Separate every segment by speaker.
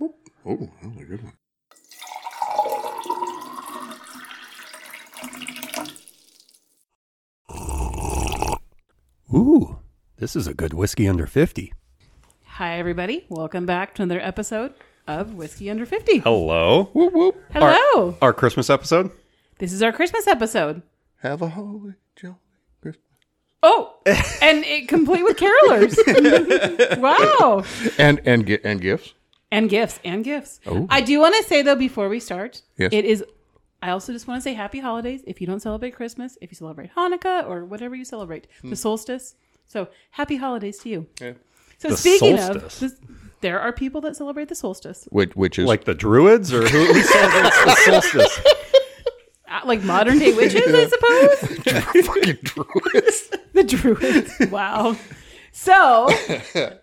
Speaker 1: Oh, that was a good one.
Speaker 2: Ooh, this is a good whiskey under 50.
Speaker 3: Hi, everybody. Welcome back to another episode of Whiskey Under 50.
Speaker 2: Hello.
Speaker 1: Whoop whoop.
Speaker 3: Hello.
Speaker 2: Oh, Our Christmas episode.
Speaker 3: this is our Christmas episode.
Speaker 1: Have a holy jolly Christmas.
Speaker 3: Oh, and it complete with carolers. wow.
Speaker 1: And and gi- and gifts.
Speaker 3: And gifts and gifts.
Speaker 2: Oh.
Speaker 3: I do want to say, though, before we start,
Speaker 1: Yes.
Speaker 3: it is. I also just want to say happy holidays. If you don't celebrate Christmas, if you celebrate Hanukkah or whatever you celebrate,
Speaker 2: Hmm.
Speaker 3: the solstice. So happy holidays to you. So
Speaker 2: The
Speaker 3: speaking of,
Speaker 2: solstice.
Speaker 3: this, there are people that celebrate the solstice,
Speaker 1: Which which is
Speaker 2: Like the Druids or who who celebrates the solstice?
Speaker 3: Uh, like modern day witches, I suppose.
Speaker 1: fucking druids.
Speaker 3: The druids. Wow. So,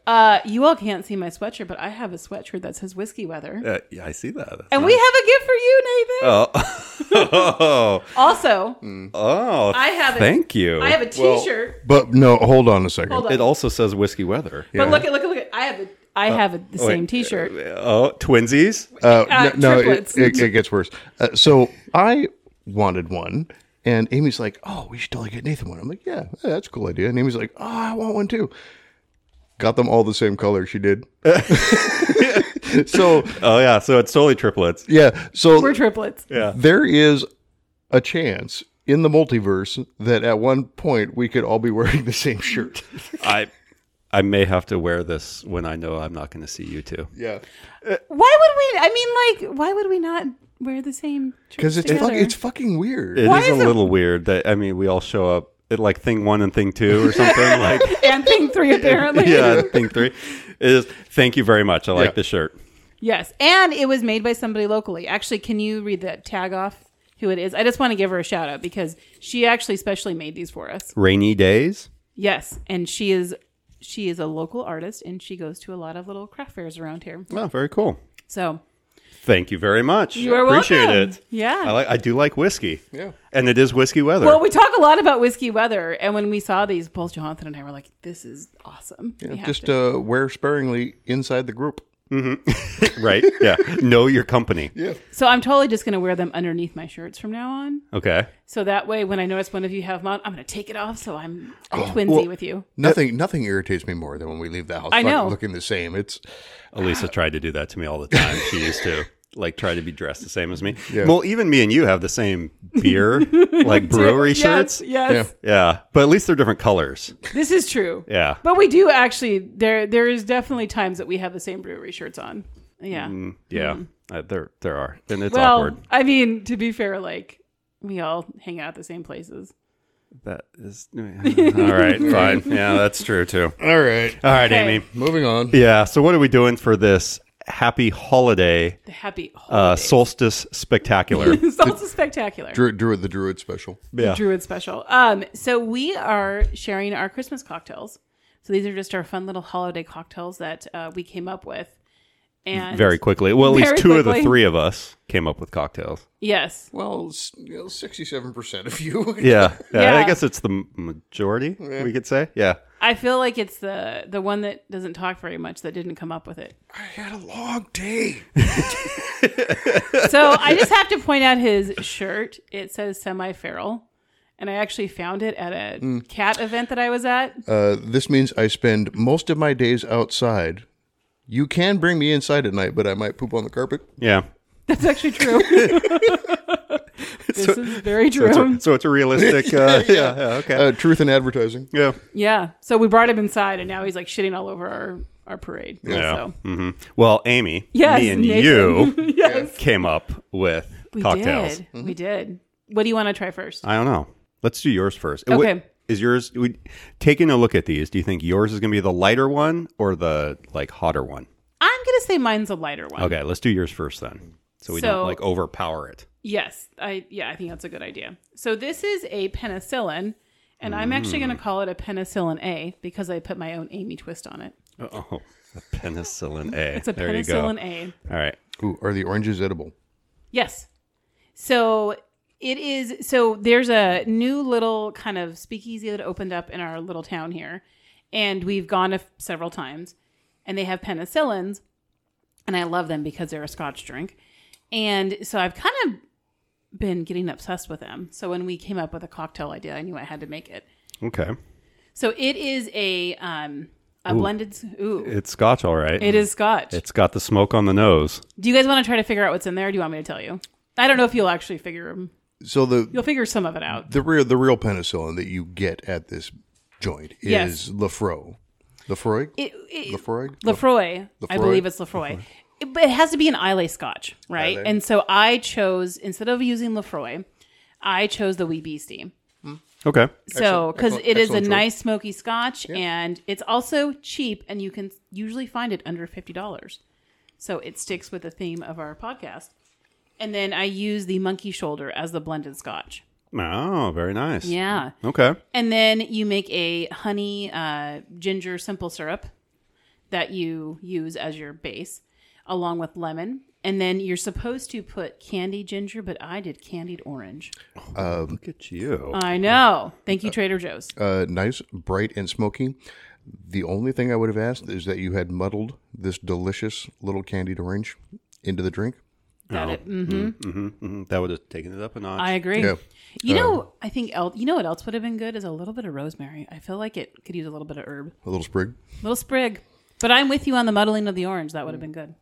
Speaker 3: uh, you all can't see my sweatshirt, but I have a sweatshirt that says whiskey weather.
Speaker 2: Uh, yeah, I see that.
Speaker 3: And we have a gift for you, Nathan.
Speaker 2: oh,
Speaker 3: also,
Speaker 2: oh,
Speaker 3: I have a,
Speaker 2: thank you.
Speaker 3: I have a t-shirt.
Speaker 1: But no, hold on a second.
Speaker 3: Hold on.
Speaker 2: it Uh, also says whiskey weather.
Speaker 3: But look at look at look at I have a I have a, the same t-shirt.
Speaker 2: Oh, twinsies.
Speaker 1: Uh,
Speaker 3: Uh,
Speaker 1: no, no, it,
Speaker 3: triplets.
Speaker 1: it, it gets worse. Uh, so I wanted one, and Amy's like, "Oh, we should totally get Nathan one." I'm like, "Yeah, yeah, that's a cool idea." And Amy's like, "Oh, I want one too." Got them all the same color. She did. so
Speaker 2: Oh yeah, so it's totally triplets.
Speaker 1: yeah, so
Speaker 3: We're triplets.
Speaker 1: there is a chance in the multiverse that at one point we could all be wearing the same shirt.
Speaker 2: I I may have to wear this when I know I'm not going to see you two.
Speaker 1: Yeah,
Speaker 3: Why would we I mean like why would we not wear the same
Speaker 1: because
Speaker 3: shirts
Speaker 1: it's
Speaker 3: together?
Speaker 1: fuck, it's fucking weird.
Speaker 2: It is
Speaker 3: Why
Speaker 2: a
Speaker 3: is it-
Speaker 2: little weird that I mean we all show up at like thing one and thing two or something like
Speaker 3: and thing 3 apparently.
Speaker 2: yeah thing three is thank you very much I like
Speaker 1: Yeah.
Speaker 2: the shirt
Speaker 3: Yes. And it was made by somebody locally. Actually, can you read that tag off who it is? I just want to give her a shout out because she actually specially made these for us.
Speaker 2: rainy days
Speaker 3: Yes, and she is she is a local artist and she goes to a lot of little craft fairs around here.
Speaker 2: oh very cool
Speaker 3: So,
Speaker 2: thank you very much
Speaker 3: You are
Speaker 2: appreciate
Speaker 3: welcome.
Speaker 2: it
Speaker 3: Yeah.
Speaker 2: I like I do like whiskey
Speaker 1: Yeah.
Speaker 2: and it is whiskey weather
Speaker 3: well, we talk a lot about whiskey weather and when we saw these both Jonathan and I were like this is awesome. We have
Speaker 1: Just
Speaker 3: to.
Speaker 1: uh, wear sparingly inside the group.
Speaker 2: right yeah know your company
Speaker 1: Yeah.
Speaker 3: So I'm totally just going to wear them underneath my shirts from now on.
Speaker 2: okay
Speaker 3: So that way when I notice one of you have them on, I'm going to take it off so I'm
Speaker 2: Oh,
Speaker 3: twinsy with you.
Speaker 1: Nothing, nothing irritates me more than when we leave the house
Speaker 3: I
Speaker 1: fucking
Speaker 3: know.
Speaker 1: looking the same. It's
Speaker 2: Elisa tried to do that to me all the time. She used to like try to be dressed the same as me. Well, even me and you have the same beer, like brewery shirts.
Speaker 3: Yes, yes.
Speaker 2: Yeah, but at least they're different colors.
Speaker 3: This is true.
Speaker 2: Yeah.
Speaker 3: But we do actually there there is definitely times that we have the same brewery shirts on. Yeah.
Speaker 2: Yeah, uh, there there are, and it's
Speaker 3: Hmm. well,
Speaker 2: Mm, awkward.
Speaker 3: I mean, to be fair, like we all hang out at the same places.
Speaker 2: That is all right. Fine. Yeah, that's true too.
Speaker 1: all right.
Speaker 2: All right,
Speaker 3: Okay.
Speaker 2: Amy.
Speaker 1: Moving on.
Speaker 2: Yeah. So what are we doing for this happy holiday
Speaker 3: The happy
Speaker 2: uh,
Speaker 3: holidays.
Speaker 2: solstice spectacular?
Speaker 3: It's also spectacular.
Speaker 1: Druid, Druid, the Druid special.
Speaker 2: yeah.
Speaker 3: Druid special. Um, so we are sharing our Christmas cocktails. So these are just our fun little holiday cocktails that uh, we came up with. And
Speaker 2: Very quickly. Well, at
Speaker 3: Very
Speaker 2: least two of the
Speaker 3: quickly.
Speaker 2: three of us came up with cocktails.
Speaker 3: yes,
Speaker 1: Well, sixty-seven percent of you.
Speaker 2: Yeah, yeah. I
Speaker 3: Yeah.
Speaker 2: guess it's the m- majority. We could say, yeah.
Speaker 3: I feel like it's the the one that doesn't talk very much that didn't come up with it.
Speaker 1: I had a long day.
Speaker 3: So I just have to point out his shirt. It says semi feral. And I actually found it at a cat event that I was at.
Speaker 1: Uh, this means I spend most of my days outside. You can bring me inside at night, but I might poop on the carpet.
Speaker 2: Yeah.
Speaker 3: That's actually true. this is very true.
Speaker 2: So, so it's a realistic. Uh, yeah, yeah, Okay.
Speaker 1: Uh, truth in advertising.
Speaker 2: yeah.
Speaker 3: yeah. So we brought him inside, and now he's like shitting all over our, our parade.
Speaker 2: Yeah.
Speaker 3: So.
Speaker 2: hmm Well, Amy,
Speaker 3: Yes,
Speaker 2: me and
Speaker 3: Nathan.
Speaker 2: you
Speaker 3: yes.
Speaker 2: came up with
Speaker 3: We
Speaker 2: cocktails.
Speaker 3: did. We did. What do you want to try first?
Speaker 2: I don't know. Let's do yours first. Uh,
Speaker 3: Okay.
Speaker 2: is yours we, taking a look at these? Do you think yours is going to be the lighter one or the like hotter one?
Speaker 3: I'm going to say mine's a lighter one.
Speaker 2: Okay, let's do yours first then, so we
Speaker 3: So-
Speaker 2: don't like overpower it.
Speaker 3: Yes, I yeah, I think that's a good idea. So this is a penicillin, and I'm actually going to
Speaker 2: Mm.
Speaker 3: call it a penicillin A because I put my own Amy twist on it.
Speaker 2: Oh, a penicillin A.
Speaker 3: It's a
Speaker 2: there
Speaker 3: penicillin
Speaker 2: you
Speaker 3: A.
Speaker 2: go. All right.
Speaker 1: Ooh, are the oranges edible?
Speaker 3: Yes. So it is. So there's a new little kind of speakeasy that opened up in our little town here, and we've gone a f- several times, and they have penicillins, and I love them because they're a Scotch drink. And so I've kind of been getting obsessed with them. So when we came up with a cocktail idea, I knew I had to make it.
Speaker 2: Okay.
Speaker 3: So it is a um a blended ooh.
Speaker 2: It's scotch, all right.
Speaker 3: It is Scotch.
Speaker 2: It's got the smoke on the nose.
Speaker 3: Do you guys want to try to figure out what's in there? Or do you want me to tell you? I don't know if you'll actually figure 'em-
Speaker 1: So the
Speaker 3: You'll figure some of it out.
Speaker 1: the real the real penicillin that you get at this joint is
Speaker 3: Yes.
Speaker 1: Lefroy. Lefroy.
Speaker 3: It, it,
Speaker 1: Lefroy.
Speaker 3: Lefroy, I
Speaker 1: Lefroy?
Speaker 3: believe it's Lefroy. It, but it has to be an Islay Scotch, right?
Speaker 1: Islay.
Speaker 3: And so I chose instead of using Lefroy, I chose the Wee Beastie.
Speaker 2: Okay.
Speaker 3: So
Speaker 1: Excellent,
Speaker 3: because
Speaker 1: excellent,
Speaker 3: it is a
Speaker 1: excellent choice.
Speaker 3: nice smoky Scotch, and it's also cheap, and you can usually find it under fifty dollars. So it sticks with the theme of our podcast. And then I use the Monkey Shoulder as the blended Scotch.
Speaker 2: Oh, very nice.
Speaker 3: Yeah.
Speaker 2: Okay.
Speaker 3: And then you make a honey uh, ginger simple syrup that you use as your base, along with lemon. And then you're supposed to put candied ginger, but I did candied orange.
Speaker 2: Look at you.
Speaker 3: I know. Thank you, Trader Joe's.
Speaker 1: Uh, nice, bright, and smoky. The only thing I would have asked is that you had muddled this delicious little candied orange into the drink.
Speaker 3: Got it. Mhm.
Speaker 2: Mhm. That would have taken it up a notch.
Speaker 3: I agree.
Speaker 1: Yeah.
Speaker 3: You
Speaker 2: Um,
Speaker 3: know, I think el- you know what else would have been good is a little bit of rosemary. I feel like it could use a little bit of herb,
Speaker 1: A little sprig.
Speaker 3: little sprig. But I'm with you on the muddling of the orange. That would have been good.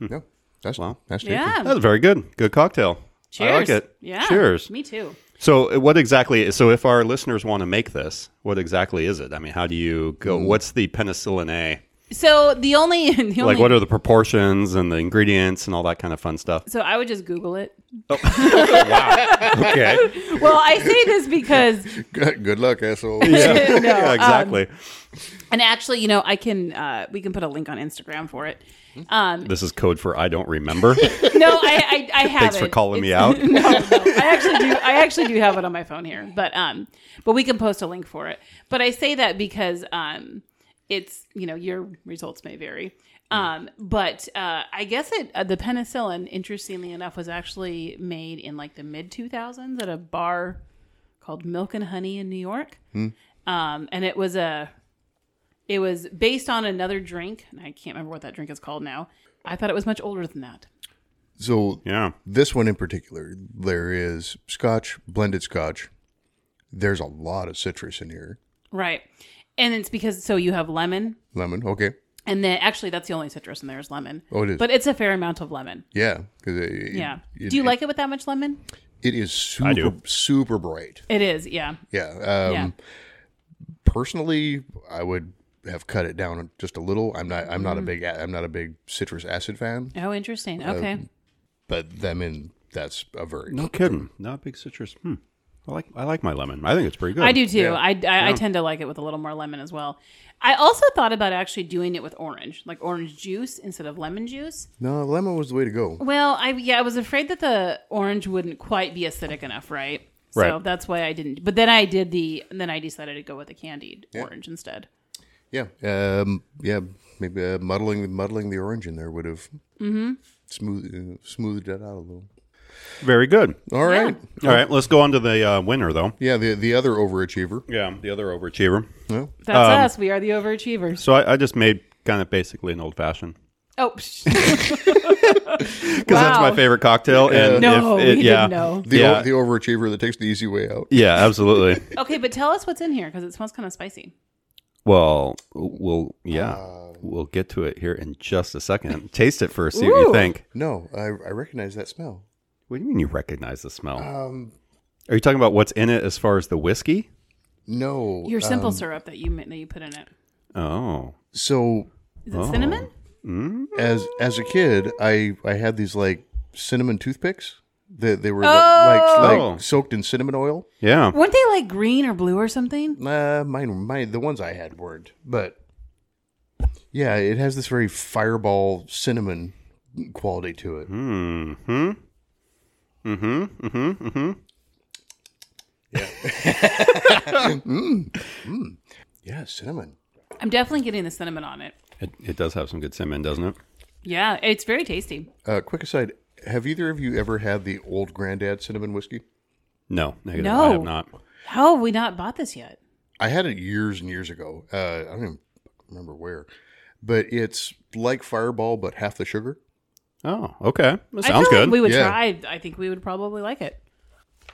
Speaker 1: Yeah, that's
Speaker 2: Wow.
Speaker 1: That's tasty.
Speaker 3: Yeah.
Speaker 2: That's very good. Good cocktail.
Speaker 3: Cheers.
Speaker 2: I like it.
Speaker 3: Yeah.
Speaker 2: Cheers.
Speaker 3: Me too.
Speaker 2: So, uh, what exactly? So, if our listeners want to make this, what exactly is it? I mean, how do you go? What's the penicillin A?
Speaker 3: So the only the only
Speaker 2: Like, what are the proportions and the ingredients and all that kind of fun stuff?
Speaker 3: So I would just Google it.
Speaker 2: Okay.
Speaker 3: Well, I say this because,
Speaker 1: Good, good luck, asshole.
Speaker 3: No,
Speaker 2: yeah,
Speaker 3: um,
Speaker 2: exactly.
Speaker 3: and actually, you know, I can uh, we can put a link on Instagram for it. Um,
Speaker 2: this is code for I don't remember.
Speaker 3: no, I I, I have
Speaker 2: Thanks for
Speaker 3: it.
Speaker 2: calling me
Speaker 3: It's-
Speaker 2: out.
Speaker 3: No, no, I actually do. I actually do have it on my phone here, but um, but we can post a link for it. But I say that because um, it's you know your results may vary. Um, but uh, I guess it uh, the penicillin, interestingly enough, was actually made in like the mid two thousands at a bar called Milk and Honey in New York, um, and it was a it was based on another drink, and I can't remember what that drink is called now. I thought it was much older than that.
Speaker 1: So
Speaker 2: Yeah.
Speaker 1: this one in particular, there is Scotch, blended Scotch. There's a lot of citrus in here.
Speaker 3: Right. And it's because so you have lemon,
Speaker 1: Lemon, okay.
Speaker 3: and then actually that's the only citrus in there is lemon.
Speaker 1: Oh, it is.
Speaker 3: But it's a fair amount of lemon.
Speaker 1: Yeah, because it,
Speaker 3: Yeah.
Speaker 1: it-
Speaker 3: do you like it with that much lemon?
Speaker 1: it is super
Speaker 2: do.
Speaker 1: super bright.
Speaker 3: It is. Yeah.
Speaker 1: Yeah. Um,
Speaker 3: Yeah.
Speaker 1: Personally, I would have cut it down just a little. I'm not. I'm
Speaker 3: Mm.
Speaker 1: not a big. a- I'm not a big citrus acid fan.
Speaker 3: Oh, interesting. Okay.
Speaker 1: But I mean, that's a very
Speaker 2: No kidding. Not a big citrus. Hmm. I like I like my lemon. I think it's pretty good.
Speaker 3: I do too. I, I, I tend to like it with a little more lemon as well. I also thought about actually doing it with orange, like orange juice instead of lemon juice.
Speaker 1: no lemon was the way to go.
Speaker 3: Well, I yeah, I was afraid that the orange wouldn't quite be acidic enough, right? So
Speaker 2: Right.
Speaker 3: that's why I didn't. But then I did the, and then I decided to go with the candied orange instead.
Speaker 1: Yeah. Um. Yeah. Maybe uh, muddling muddling the orange in there would have
Speaker 3: Mm-hmm.
Speaker 1: smooth uh, smoothed it out a little.
Speaker 2: Very good.
Speaker 1: All right.
Speaker 2: All right, let's go on to the uh, winner though.
Speaker 1: Yeah. the the other overachiever.
Speaker 2: Yeah, the other overachiever.
Speaker 1: No.
Speaker 3: That's us. We are the overachievers.
Speaker 2: So I, I just made kind of basically an old fashioned
Speaker 3: Oh, psh.
Speaker 2: because that's
Speaker 3: Wow.
Speaker 2: my favorite cocktail. And
Speaker 3: No,
Speaker 2: if it-
Speaker 3: we
Speaker 2: yeah,
Speaker 3: didn't know.
Speaker 1: The
Speaker 2: yeah,
Speaker 1: o- the overachiever that takes the easy way out.
Speaker 2: yeah, absolutely.
Speaker 3: okay, but tell us what's in here because it smells kind of spicy.
Speaker 2: well, we'll yeah, we'll get to it here in just a second. Taste it first, see what you
Speaker 3: Ooh.
Speaker 2: think.
Speaker 1: No, I I recognize that smell.
Speaker 2: What do you mean you recognize the smell?
Speaker 1: Um.
Speaker 2: Are you talking about what's in it as far as the whiskey?
Speaker 1: No.
Speaker 3: Your
Speaker 2: Um,
Speaker 1: uh,
Speaker 3: simple syrup that you ma- that you put in it
Speaker 2: Oh,
Speaker 1: so
Speaker 3: is it cinnamon?
Speaker 1: as as a kid, I I had these like cinnamon toothpicks. That they were li-
Speaker 3: Oh.
Speaker 1: like
Speaker 2: Oh.
Speaker 1: like soaked in cinnamon oil.
Speaker 2: yeah.
Speaker 3: Weren't they like green or blue or something?
Speaker 1: Uh, mine mine the ones I had weren't, but yeah, it has this very fireball cinnamon quality to it.
Speaker 2: Hmm. Mm-hmm. Mm-hmm. Mm-hmm.
Speaker 1: Mm. Yeah, cinnamon.
Speaker 3: I'm definitely getting the cinnamon on it.
Speaker 2: It, it does have some good cinnamon, doesn't it?
Speaker 3: Yeah, it's very tasty.
Speaker 1: Uh, quick aside: Have either of you ever had the old granddad cinnamon whiskey?
Speaker 2: No, negative.
Speaker 3: No.
Speaker 2: I have not.
Speaker 3: How have we not bought this yet?
Speaker 1: I had it years and years ago. Uh, I don't even remember where. but it's like Fireball, but half the sugar.
Speaker 2: Oh, okay. That
Speaker 3: I
Speaker 2: sounds
Speaker 3: feel like
Speaker 2: good.
Speaker 3: we would
Speaker 1: Yeah.
Speaker 3: try. I think we would probably like it.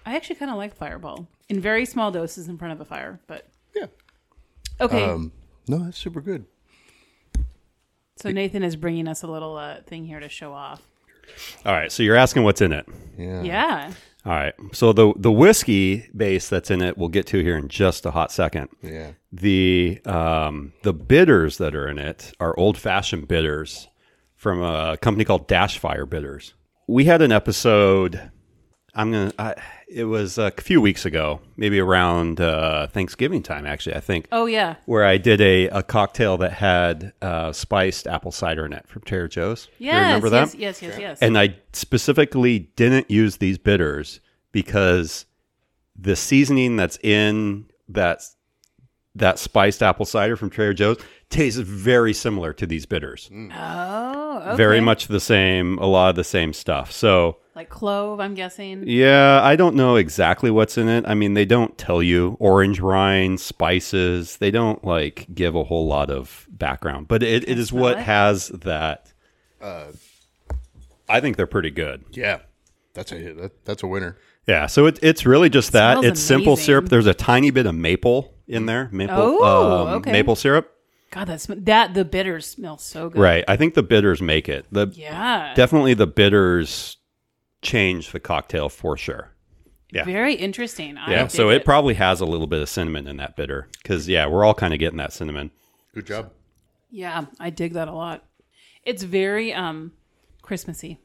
Speaker 3: I actually kind of like Fireball in very small doses in front of a fire. But
Speaker 1: Yeah.
Speaker 3: okay,
Speaker 1: Um, no, that's super good.
Speaker 3: so Nathan is bringing us a little uh, thing here to show off.
Speaker 2: All right. So you're asking what's in it.
Speaker 1: Yeah.
Speaker 3: Yeah,
Speaker 2: All right. So the the whiskey base that's in it, we'll get to here in just a hot second.
Speaker 1: Yeah.
Speaker 2: The um, the bitters that are in it are old fashioned bitters from a company called Dashfire Bitters. We had an episode. I'm gonna. I, it was a few weeks ago, maybe around uh, Thanksgiving time. Actually, I think.
Speaker 3: Oh, yeah.
Speaker 2: Where I did a, a cocktail that had uh, spiced apple cider in it from Trader Joe's. Do you
Speaker 3: yes,
Speaker 2: remember that?
Speaker 3: yes, yes, yes, yes.
Speaker 2: And I specifically didn't use these bitters because the seasoning that's in that that spiced apple cider from Trader Joe's tastes very similar to these bitters.
Speaker 3: oh, okay.
Speaker 2: Very much the same, a lot of the same stuff. So,
Speaker 3: like clove. I'm guessing.
Speaker 2: yeah, I don't know exactly what's in it. I mean, they don't tell you orange rind, spices. They don't like give a whole lot of background, but it, it is
Speaker 3: smell
Speaker 2: what
Speaker 3: it.
Speaker 2: has that. I think they're pretty good.
Speaker 1: Yeah. That's a that, that's a winner.
Speaker 2: Yeah, so it, it's really just that.
Speaker 3: smells
Speaker 2: It's simple
Speaker 3: amazing.
Speaker 2: syrup. There's a tiny bit of maple in there. Maple,
Speaker 3: Oh,
Speaker 2: um,
Speaker 3: okay.
Speaker 2: maple syrup.
Speaker 3: God, that sm- that the bitters smell so good.
Speaker 2: Right. I think the bitters make it. The
Speaker 3: Yeah.
Speaker 2: definitely the bitters change the cocktail for sure. yeah.
Speaker 3: Very interesting. I
Speaker 2: Yeah.
Speaker 3: dig
Speaker 2: So it probably has a little bit of cinnamon in that bitter because yeah, we're all kind of getting that cinnamon.
Speaker 1: Good job.
Speaker 3: yeah, I dig that a lot. It's very um Christmassy.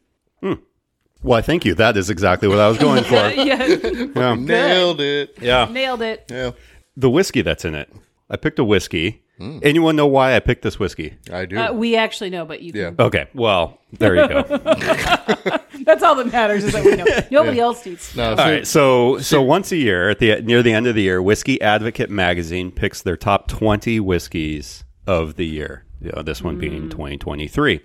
Speaker 2: Well, thank you. That is exactly what I was going for.
Speaker 3: yeah,
Speaker 1: Nailed it.
Speaker 2: Yeah.
Speaker 3: nailed it.
Speaker 1: Yeah.
Speaker 2: The whiskey that's in it. I picked a whiskey. Anyone know why I picked this whiskey?
Speaker 1: I do.
Speaker 3: Uh, we actually know, but you
Speaker 1: yeah.
Speaker 3: can,
Speaker 2: Okay. Well, there you go.
Speaker 3: that's all that matters is that we know. Nobody else needs.
Speaker 1: No,
Speaker 2: All right, so so once a year at the near the end of the year, Whiskey Advocate magazine picks their top 20 whiskeys of the year. You know, this one being 2023.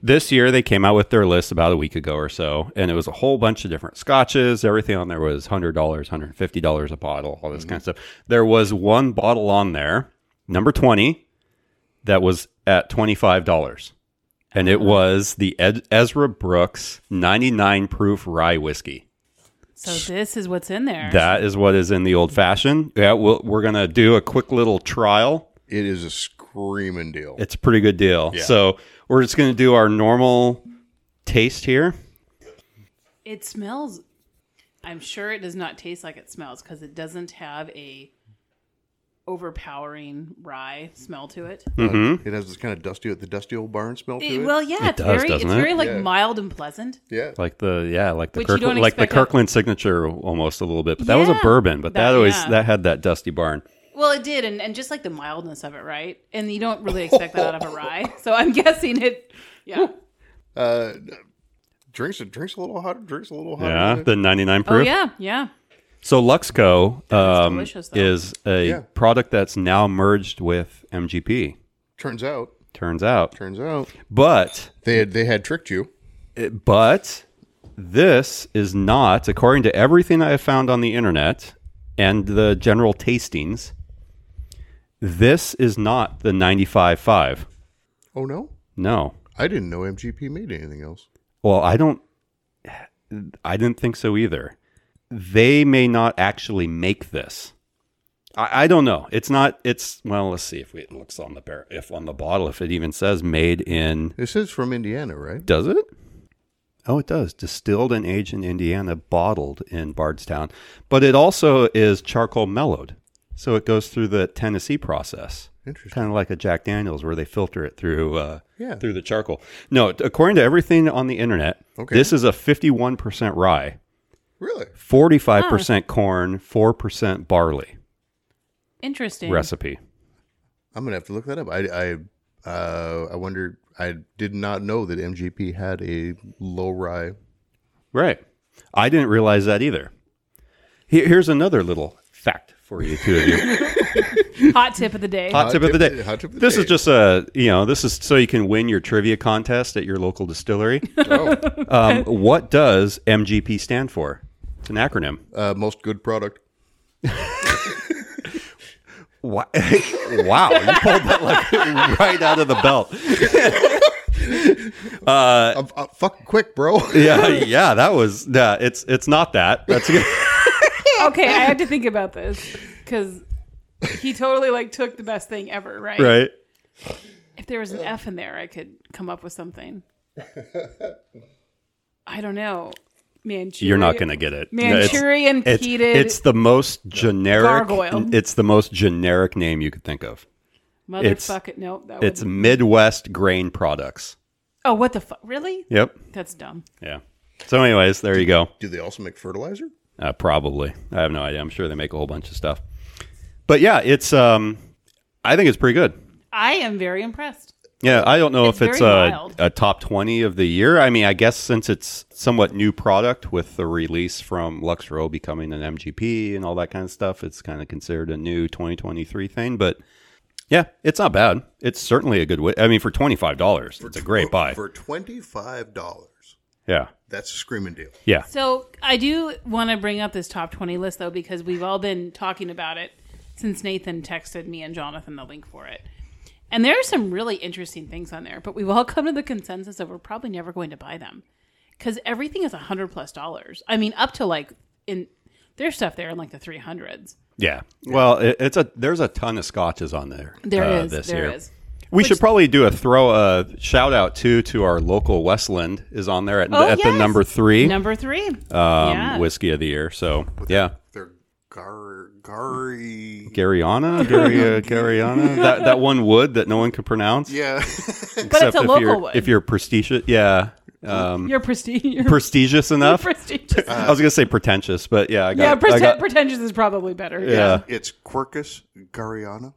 Speaker 2: This year they came out with their list about a week ago or so, and it was a whole bunch of different scotches. Everything on there was $100, $150 a bottle, all this kind of stuff. There was one bottle on there, number 20, that was at $25. And it was the Ed- Ezra Brooks 99 proof rye whiskey.
Speaker 3: So this is what's in there.
Speaker 2: That is what is in the old fashioned. Yeah, we'll, we're gonna do a quick little trial.
Speaker 1: it is a screaming deal.
Speaker 2: It's a pretty good deal. So we're just gonna do our normal taste here.
Speaker 3: It smells. I'm sure it does not taste like it smells because it doesn't have a overpowering rye smell to it.
Speaker 1: Uh, It has this kind of dusty, the dusty old barn smell to
Speaker 3: It-
Speaker 1: it.
Speaker 3: well, yeah, it's
Speaker 2: does,
Speaker 3: very, it's
Speaker 2: doesn't it?
Speaker 3: very like
Speaker 1: Yeah.
Speaker 3: mild and pleasant.
Speaker 1: yeah,
Speaker 2: Like the yeah, like the
Speaker 3: Which you don't
Speaker 2: Kirkland, like the
Speaker 3: expect out-
Speaker 2: Kirkland signature almost a little bit. But that was a
Speaker 3: Yeah.
Speaker 2: bourbon. But that,
Speaker 3: That-
Speaker 2: always
Speaker 3: yeah.
Speaker 2: that had that dusty barn.
Speaker 3: Well, it did, and, and just like the mildness of it, right? And you don't really expect that out of a rye. So I'm guessing it. Yeah.
Speaker 1: uh, drinks drinks a little hotter, drinks a little hotter.
Speaker 2: Yeah, the ninety nine
Speaker 3: Oh
Speaker 2: proof.
Speaker 3: yeah, yeah.
Speaker 2: So Luxco um,
Speaker 3: delicious, though.
Speaker 2: is a
Speaker 1: Yeah.
Speaker 2: product that's now merged with MGP.
Speaker 1: turns out,
Speaker 2: Turns out,
Speaker 1: turns out
Speaker 2: but
Speaker 1: they had they had tricked you.
Speaker 2: It- but this is not, according to everything I have found on the internet and the general tastings, this is not the 95.5.
Speaker 1: Oh no,
Speaker 2: No.
Speaker 1: I didn't know MGP made anything else.
Speaker 2: Well, I don't, I didn't think so either. They may not actually make this. I, I don't know. It's not, it's, well, let's see if we, it looks on the bar, if on the bottle, if it even says made in
Speaker 1: This is from Indiana, right?
Speaker 2: Does it? Oh, it does. Distilled and aged in Indiana, bottled in Bardstown. But it also is charcoal mellowed. So it goes through the Tennessee process.
Speaker 1: Interesting.
Speaker 2: Kind of like a Jack Daniels where they filter it through uh,
Speaker 1: Yeah.
Speaker 2: through the charcoal. No, t- according to everything on the internet,
Speaker 1: Okay.
Speaker 2: this is a 51% rye,
Speaker 1: Really?
Speaker 2: 45% corn, 4% barley
Speaker 3: Interesting.
Speaker 2: recipe.
Speaker 1: I'm gonna have to look that up. I I uh, I wonder. I did not know that MGP had a low rye.
Speaker 2: Right. I didn't realize that either. Here- Here's another little fact for you two of you.
Speaker 3: Hot tip of the day.
Speaker 2: Hot,
Speaker 1: Hot
Speaker 2: tip, of the
Speaker 1: tip-
Speaker 2: day.
Speaker 1: hot tip of the
Speaker 2: this is
Speaker 1: day.
Speaker 2: just a you know this is so you can win your trivia contest at your local distillery. um, what does MGP stand Uh, for? It's an acronym.
Speaker 1: Uh, most good product.
Speaker 2: Wha- wow, you pulled that like right out of the belt.
Speaker 1: Uh, uh, fuck quick, bro.
Speaker 2: Yeah, yeah, that was. Yeah, it's it's not that. That's good.
Speaker 3: okay, I have to think about this because he totally like took the best thing ever, right?
Speaker 2: right.
Speaker 3: If there was an F in there, I could come up with something. I don't know. Manchurian.
Speaker 2: You're not gonna get it. No, it's-
Speaker 3: Manchurian
Speaker 2: it's,
Speaker 3: heated
Speaker 2: It's the most generic.
Speaker 3: Gargoyle.
Speaker 2: It's the most generic name you could think of. it's-
Speaker 3: motherfucker. Nope. That
Speaker 2: It's
Speaker 3: was.
Speaker 2: Midwest grain products.
Speaker 3: Oh, what the fuck? Really?
Speaker 2: Yep.
Speaker 3: That's dumb.
Speaker 2: Yeah. So, anyways, there you go.
Speaker 1: Do they also make fertilizer?
Speaker 2: Uh, probably. I have no idea. I'm sure they make a whole bunch of stuff. But yeah, it's. Um, I think it's pretty good.
Speaker 3: I am very impressed.
Speaker 2: Yeah, I don't know
Speaker 3: It's
Speaker 2: if it's
Speaker 3: very
Speaker 2: a,
Speaker 3: wild.
Speaker 2: a top 20 of the year. I mean, I guess since it's somewhat new product with the release from LuxRow becoming an MGP and all that kind of stuff, it's kind of considered a new 2023 thing. But yeah, it's not bad. It's certainly a good way. I mean, for $25, it's a great buy.
Speaker 1: For twenty five dollars.
Speaker 2: Yeah.
Speaker 1: That's a screaming deal.
Speaker 2: Yeah.
Speaker 3: So I do want to bring up this top 20 list though, because we've all been talking about it since Nathan texted me and Jonathan the link for it. And there are some really interesting things on there, but we've all come to the consensus that we're probably never going to buy them because everything is a hundred plus dollars. I mean, up to like in there's stuff there in like the 300s.
Speaker 2: Yeah. Well, it, it's a there's a ton of scotches on there.
Speaker 3: There is.
Speaker 2: uh,
Speaker 3: There is.
Speaker 2: this year. We should probably do a throw a shout out too to our local Westland is on there at,
Speaker 3: Oh,
Speaker 2: at the
Speaker 3: yes.
Speaker 2: number three
Speaker 3: Number three. Um,
Speaker 2: um,
Speaker 3: yeah.
Speaker 2: whiskey of the year. So yeah,
Speaker 1: They're gar gary.
Speaker 2: Garyana, Gary, Garyana, uh, that that one wood that no one could pronounce.
Speaker 1: Yeah.
Speaker 3: but it's a
Speaker 2: if
Speaker 3: local
Speaker 2: you're,
Speaker 3: one.
Speaker 2: If you're prestigious, yeah, um,
Speaker 3: you're prestige. You're
Speaker 2: prestigious enough.
Speaker 3: prestigious.
Speaker 2: I was gonna say pretentious, but yeah, I got,
Speaker 3: yeah,
Speaker 2: I
Speaker 3: preten-
Speaker 2: got
Speaker 3: pretentious is probably better.
Speaker 2: yeah.
Speaker 1: it's Quercus gariana.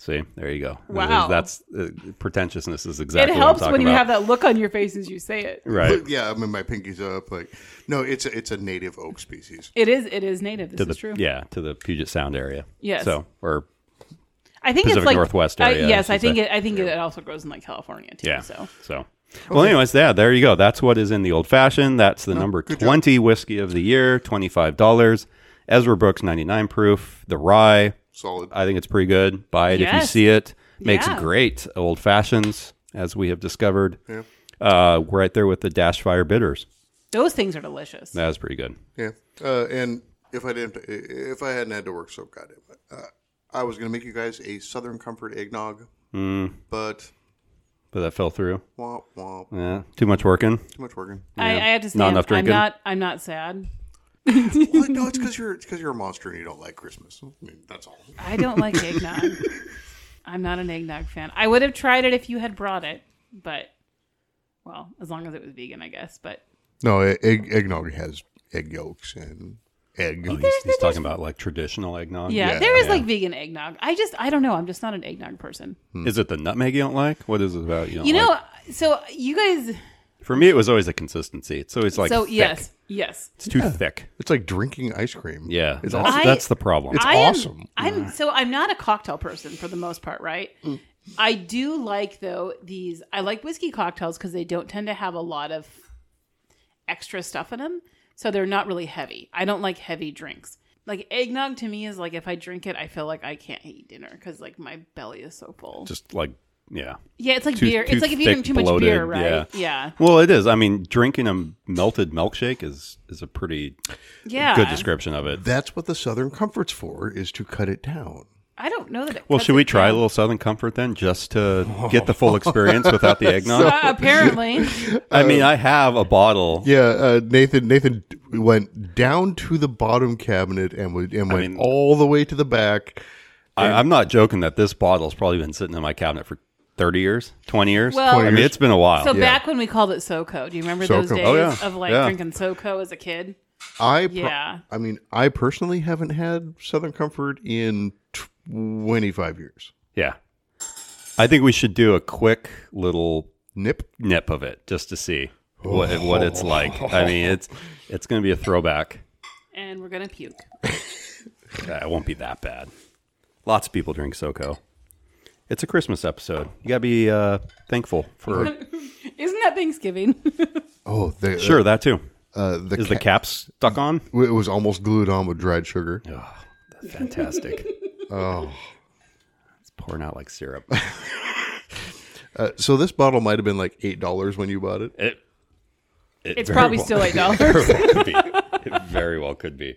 Speaker 2: See, there you go.
Speaker 3: Wow.
Speaker 2: that's uh, pretentiousness is
Speaker 3: It
Speaker 2: exactly.
Speaker 3: helps
Speaker 2: what I'm
Speaker 3: when
Speaker 2: talking
Speaker 3: you
Speaker 2: about.
Speaker 3: have that look on your face as you say it.
Speaker 2: right.
Speaker 1: Yeah, I mean my pinky's up. Like, no, it's a, it's a native oak species.
Speaker 3: It is. It is native. This
Speaker 2: to
Speaker 3: is
Speaker 2: the
Speaker 3: true.
Speaker 2: yeah to the Puget Sound area.
Speaker 3: Yes.
Speaker 2: So or
Speaker 3: I think
Speaker 2: Pacific
Speaker 3: it's like
Speaker 2: Northwest
Speaker 3: I-
Speaker 2: area, I
Speaker 3: yes,
Speaker 2: should
Speaker 3: I think
Speaker 2: say.
Speaker 3: it. I think it also grows in like California too.
Speaker 2: yeah. So
Speaker 3: So
Speaker 2: Well, anyways, yeah, there you go. That's what is in the old fashioned. That's
Speaker 3: Oh,
Speaker 2: the number 20 whiskey of the year, $25. Ezra Brooks 99 proof, the rye.
Speaker 1: Solid.
Speaker 2: I think it's pretty good. Buy it if you
Speaker 3: Yes.
Speaker 2: see it. Makes
Speaker 3: Yeah.
Speaker 2: great old fashions, as we have discovered. Uh, we're right there with the Dash Fire bitters.
Speaker 3: those things are delicious.
Speaker 2: That was pretty good.
Speaker 1: Yeah. Uh, and if I didn't, if I hadn't had to work so goddamn, much, uh, I was gonna make you guys a Southern Comfort eggnog,
Speaker 2: Mm.
Speaker 1: but
Speaker 2: But that fell through.
Speaker 1: womp womp,
Speaker 2: Yeah. Too much working.
Speaker 1: too much working.
Speaker 3: I, I have to say,
Speaker 2: Not
Speaker 3: I'm,
Speaker 2: enough
Speaker 3: I'm
Speaker 2: drinking?
Speaker 3: not. I'm not sad.
Speaker 1: Well, no, it's because you're it's because you're a monster and you don't like Christmas. I mean, that's all.
Speaker 3: I don't like eggnog. I'm not an eggnog fan. I would have tried it if you had brought it, but well, as long as it was vegan, I guess. But
Speaker 1: No, e, egg, eggnog has egg yolks and egg.
Speaker 2: Oh, He's, he's talking about like traditional eggnog.
Speaker 3: yeah,
Speaker 1: Yeah.
Speaker 3: there is
Speaker 2: Yeah.
Speaker 3: like vegan eggnog. I just I don't know. I'm just not an eggnog person.
Speaker 2: Is it the nutmeg you don't like? What is it about you don't
Speaker 3: You
Speaker 2: like?
Speaker 3: know. So you guys.
Speaker 2: For me, it was always the consistency. It's always like
Speaker 3: so
Speaker 2: thick.
Speaker 3: yes, yes.
Speaker 2: it's too thick.
Speaker 1: It's like drinking ice cream.
Speaker 2: Yeah,
Speaker 1: it's
Speaker 2: that's,
Speaker 1: awesome.
Speaker 3: I-
Speaker 2: that's the problem.
Speaker 1: It's
Speaker 3: I am-
Speaker 1: awesome.
Speaker 3: I'm so I'm not a cocktail person for the most part, right?
Speaker 2: Mm.
Speaker 3: I do like though these. I like whiskey cocktails because they don't tend to have a lot of extra stuff in them, so they're not really heavy. I don't like heavy drinks. Like eggnog to me is like if I drink it, I feel like I can't eat dinner because like my belly is so full.
Speaker 2: just like yeah.
Speaker 3: yeah, it's like
Speaker 2: too-
Speaker 3: beer.
Speaker 2: too
Speaker 3: It's like if you
Speaker 2: thick,
Speaker 3: drink too much
Speaker 2: bloated,
Speaker 3: beer, right?
Speaker 2: yeah.
Speaker 3: Yeah, yeah.
Speaker 2: Well, it is. I mean, drinking a melted milkshake is is a pretty
Speaker 3: Uh,
Speaker 2: good description of it.
Speaker 1: That's what the Southern Comfort's for, is to cut it down.
Speaker 3: I don't know that. It
Speaker 2: Well,
Speaker 3: cuts
Speaker 2: should we
Speaker 3: it
Speaker 2: try a
Speaker 3: down.
Speaker 2: little Southern Comfort then, just to get the full experience without the eggnog?
Speaker 3: Uh, apparently,
Speaker 2: I mean, I have a bottle.
Speaker 1: Yeah, uh, Nathan. Nathan went down to the bottom cabinet and would and went
Speaker 2: mean-
Speaker 1: all the way to the back.
Speaker 2: I, I'm not joking that this bottle's probably been sitting in my cabinet for 30 years, 20 years.
Speaker 3: Well- 20
Speaker 2: I mean,
Speaker 1: years.
Speaker 2: it's been a while.
Speaker 3: So back when we called it SoCo, do you remember those
Speaker 1: SoCo.
Speaker 3: days
Speaker 1: Oh,
Speaker 2: yeah.
Speaker 3: of like
Speaker 2: Yeah.
Speaker 3: drinking SoCo as a kid?
Speaker 1: I pro-
Speaker 3: Yeah.
Speaker 1: I mean, I personally haven't had Southern Comfort in twenty five years.
Speaker 2: yeah, I think we should do a quick little
Speaker 1: Nip.
Speaker 2: nip of it just to see what what it's like. I mean, it's it's going to be a throwback.
Speaker 3: And we're gonna puke.
Speaker 2: Yeah, Uh, it won't be that bad. Lots of people drink SoCo. It's a Christmas episode. You gotta be uh, thankful for
Speaker 3: Isn't that Thanksgiving?
Speaker 1: Oh, they,
Speaker 2: sure that too.
Speaker 1: Uh, the,
Speaker 2: Is the
Speaker 1: ca-
Speaker 2: cap stuck on?
Speaker 1: it was almost glued on with dried sugar.
Speaker 2: Fantastic. Oh. It's pouring out like syrup.
Speaker 1: Uh, so this bottle might have been like eight dollars when you bought it.
Speaker 2: It, it
Speaker 3: It's
Speaker 2: very
Speaker 3: probably
Speaker 2: well-
Speaker 3: still eight dollars.
Speaker 2: very well could be. It very well could be.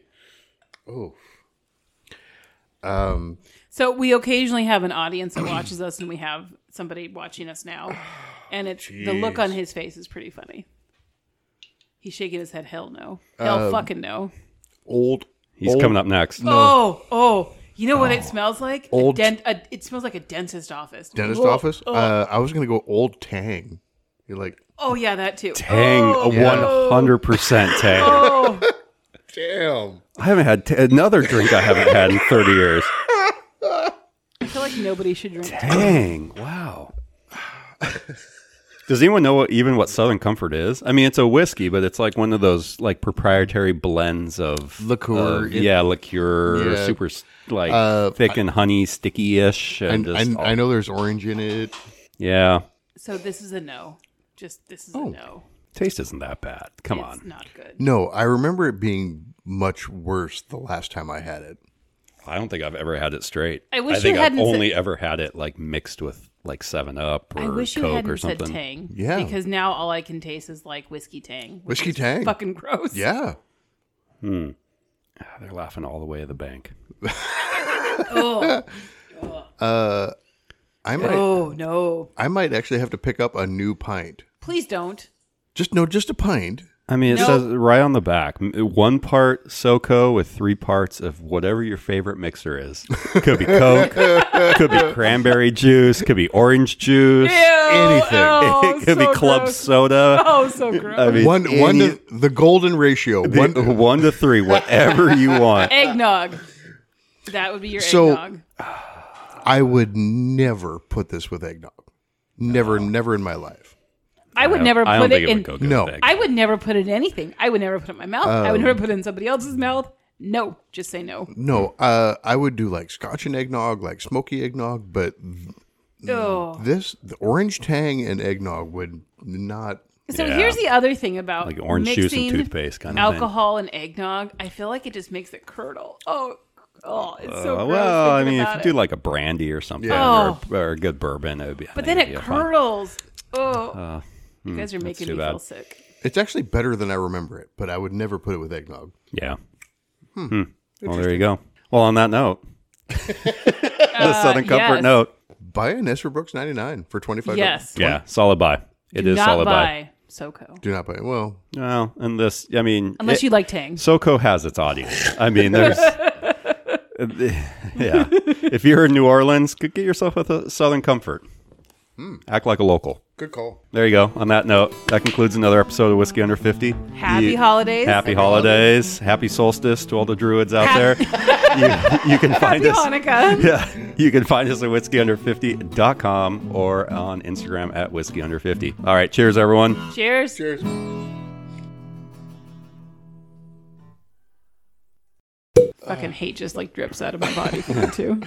Speaker 1: Um,
Speaker 3: So we occasionally have an audience that watches us, and we have somebody watching us now, and it's the look on his face is pretty funny. He's shaking his head. Hell no. Hell fucking no.
Speaker 1: Old.
Speaker 2: He's coming up next.
Speaker 3: Oh, oh. You know what it smells like?
Speaker 1: Old-
Speaker 3: A dent, a, it smells like a dentist office.
Speaker 1: Dentist
Speaker 3: oh,
Speaker 1: office. Uh, I was gonna go old Tang. You're like
Speaker 3: Oh yeah, that too.
Speaker 2: Tang, a one hundred percent tang.
Speaker 1: damn.
Speaker 2: I haven't had t- another drink. I haven't had in thirty years.
Speaker 3: I feel like nobody should drink.
Speaker 2: Dang! Wow. Does anyone know what, even what Southern Comfort is? I mean, it's a whiskey, but it's like one of those like proprietary blends of
Speaker 1: Liqueur.
Speaker 2: of- yeah, liqueur,
Speaker 1: Yeah.
Speaker 2: super s- like
Speaker 1: Uh,
Speaker 2: thick and honey, sticky ish,
Speaker 1: I,
Speaker 2: and just
Speaker 1: I, I know there's orange in it.
Speaker 2: yeah.
Speaker 3: So this is a no. Just this is a no.
Speaker 2: Taste isn't that bad. Come
Speaker 3: It's
Speaker 2: on,
Speaker 3: not good.
Speaker 1: No, I remember it being much worse the last time I had it.
Speaker 2: I don't think I've ever had it straight.
Speaker 3: I wish
Speaker 2: I think
Speaker 3: you
Speaker 2: I've
Speaker 3: hadn't said-
Speaker 2: only ever had it like mixed with like Seven Up or
Speaker 3: I wish you
Speaker 2: Coke
Speaker 3: hadn't
Speaker 2: or
Speaker 3: said
Speaker 2: something.
Speaker 3: Tang.
Speaker 1: Yeah.
Speaker 3: Because now all I can taste is like whiskey Tang. which
Speaker 1: Whiskey
Speaker 3: is
Speaker 1: Tang.
Speaker 3: Fucking gross.
Speaker 1: Yeah.
Speaker 2: Ah, They're laughing all the way to the bank.
Speaker 3: Oh,
Speaker 1: I might
Speaker 3: oh no.
Speaker 1: I might actually have to pick up a new pint.
Speaker 3: Please don't.
Speaker 1: Just no, just a pint.
Speaker 2: I mean, it
Speaker 3: No.
Speaker 2: says right on the back, m- one part SoCo with three parts of whatever your favorite mixer is. Could be Coke, could be cranberry juice, could be orange juice,
Speaker 1: Anything.
Speaker 3: Oh,
Speaker 2: it could be
Speaker 3: so
Speaker 2: club
Speaker 3: gross.
Speaker 2: soda.
Speaker 3: Oh, so gross.
Speaker 2: I mean,
Speaker 1: One one
Speaker 2: any-
Speaker 1: to the golden ratio. One
Speaker 2: one, to three, whatever you want.
Speaker 3: eggnog. That would be your
Speaker 1: So-
Speaker 3: eggnog.
Speaker 1: I would never put this with eggnog. Never, never in my life.
Speaker 3: I would never
Speaker 2: I don't
Speaker 3: put
Speaker 2: think
Speaker 3: it
Speaker 2: it
Speaker 3: in.
Speaker 2: would go good.
Speaker 1: No.
Speaker 2: with egg.
Speaker 3: I would never put it in anything. I would never put it in my mouth. I
Speaker 2: Oh.
Speaker 3: would never put it in somebody else's mouth. No, just say no.
Speaker 1: No, uh, I would do like scotch and eggnog, like smoky eggnog, but
Speaker 2: Mm.
Speaker 3: Oh.
Speaker 1: this the orange tang and eggnog would not
Speaker 3: So
Speaker 2: Yeah.
Speaker 3: here's the other thing about
Speaker 2: like orange juice and
Speaker 3: mixing
Speaker 2: toothpaste kind of
Speaker 3: alcohol and eggnog. I feel like it just makes it curdle. Oh, oh, it's
Speaker 2: thing.
Speaker 3: so
Speaker 2: Uh,
Speaker 3: gross.
Speaker 2: well, I
Speaker 3: thinking
Speaker 2: mean, if
Speaker 3: about
Speaker 2: you
Speaker 3: it.
Speaker 2: do like a brandy or something,
Speaker 3: Yeah.
Speaker 2: or, or a good bourbon, it would be. I
Speaker 3: but then
Speaker 2: think it'd
Speaker 3: it
Speaker 2: be fine. Uh, hmm,
Speaker 3: curdles. Oh, you guys are making
Speaker 2: too
Speaker 3: me
Speaker 2: bad.
Speaker 3: feel sick.
Speaker 1: it's actually better than I remember it, but I would never put it with eggnog.
Speaker 2: Yeah. Hmm. Well, there you go. Well, on that note, the Southern Comfort
Speaker 3: Uh, yes.
Speaker 2: note.
Speaker 1: Buy an Esser Brooks 99 for 25
Speaker 3: Yes,
Speaker 2: Yeah, solid buy. It
Speaker 3: do
Speaker 2: is
Speaker 3: not
Speaker 2: solid buy.
Speaker 3: buy SoCo
Speaker 1: Do not buy it. Well,
Speaker 2: Well, unless I mean,
Speaker 3: unless
Speaker 2: it-
Speaker 3: you like Tang.
Speaker 2: SoCo has its audience. I mean, there's. yeah, if you're in New Orleans, g- get yourself with a Southern Comfort. Act like a local.
Speaker 1: good call.
Speaker 2: There you go. On that note, that concludes another episode of Whiskey Under 50.
Speaker 3: Happy
Speaker 2: You-
Speaker 3: holidays.
Speaker 2: Happy holidays. Happy solstice to all the druids out
Speaker 3: Hap-
Speaker 2: there. you, you can find
Speaker 3: Happy
Speaker 2: us.
Speaker 3: Hanukkah.
Speaker 2: Yeah, you can find us at whiskeyunder50.com or on Instagram at whiskeyunder50. All right, cheers, everyone.
Speaker 3: Cheers.
Speaker 1: Cheers.
Speaker 3: Fucking hate just like drips out of my body from it too.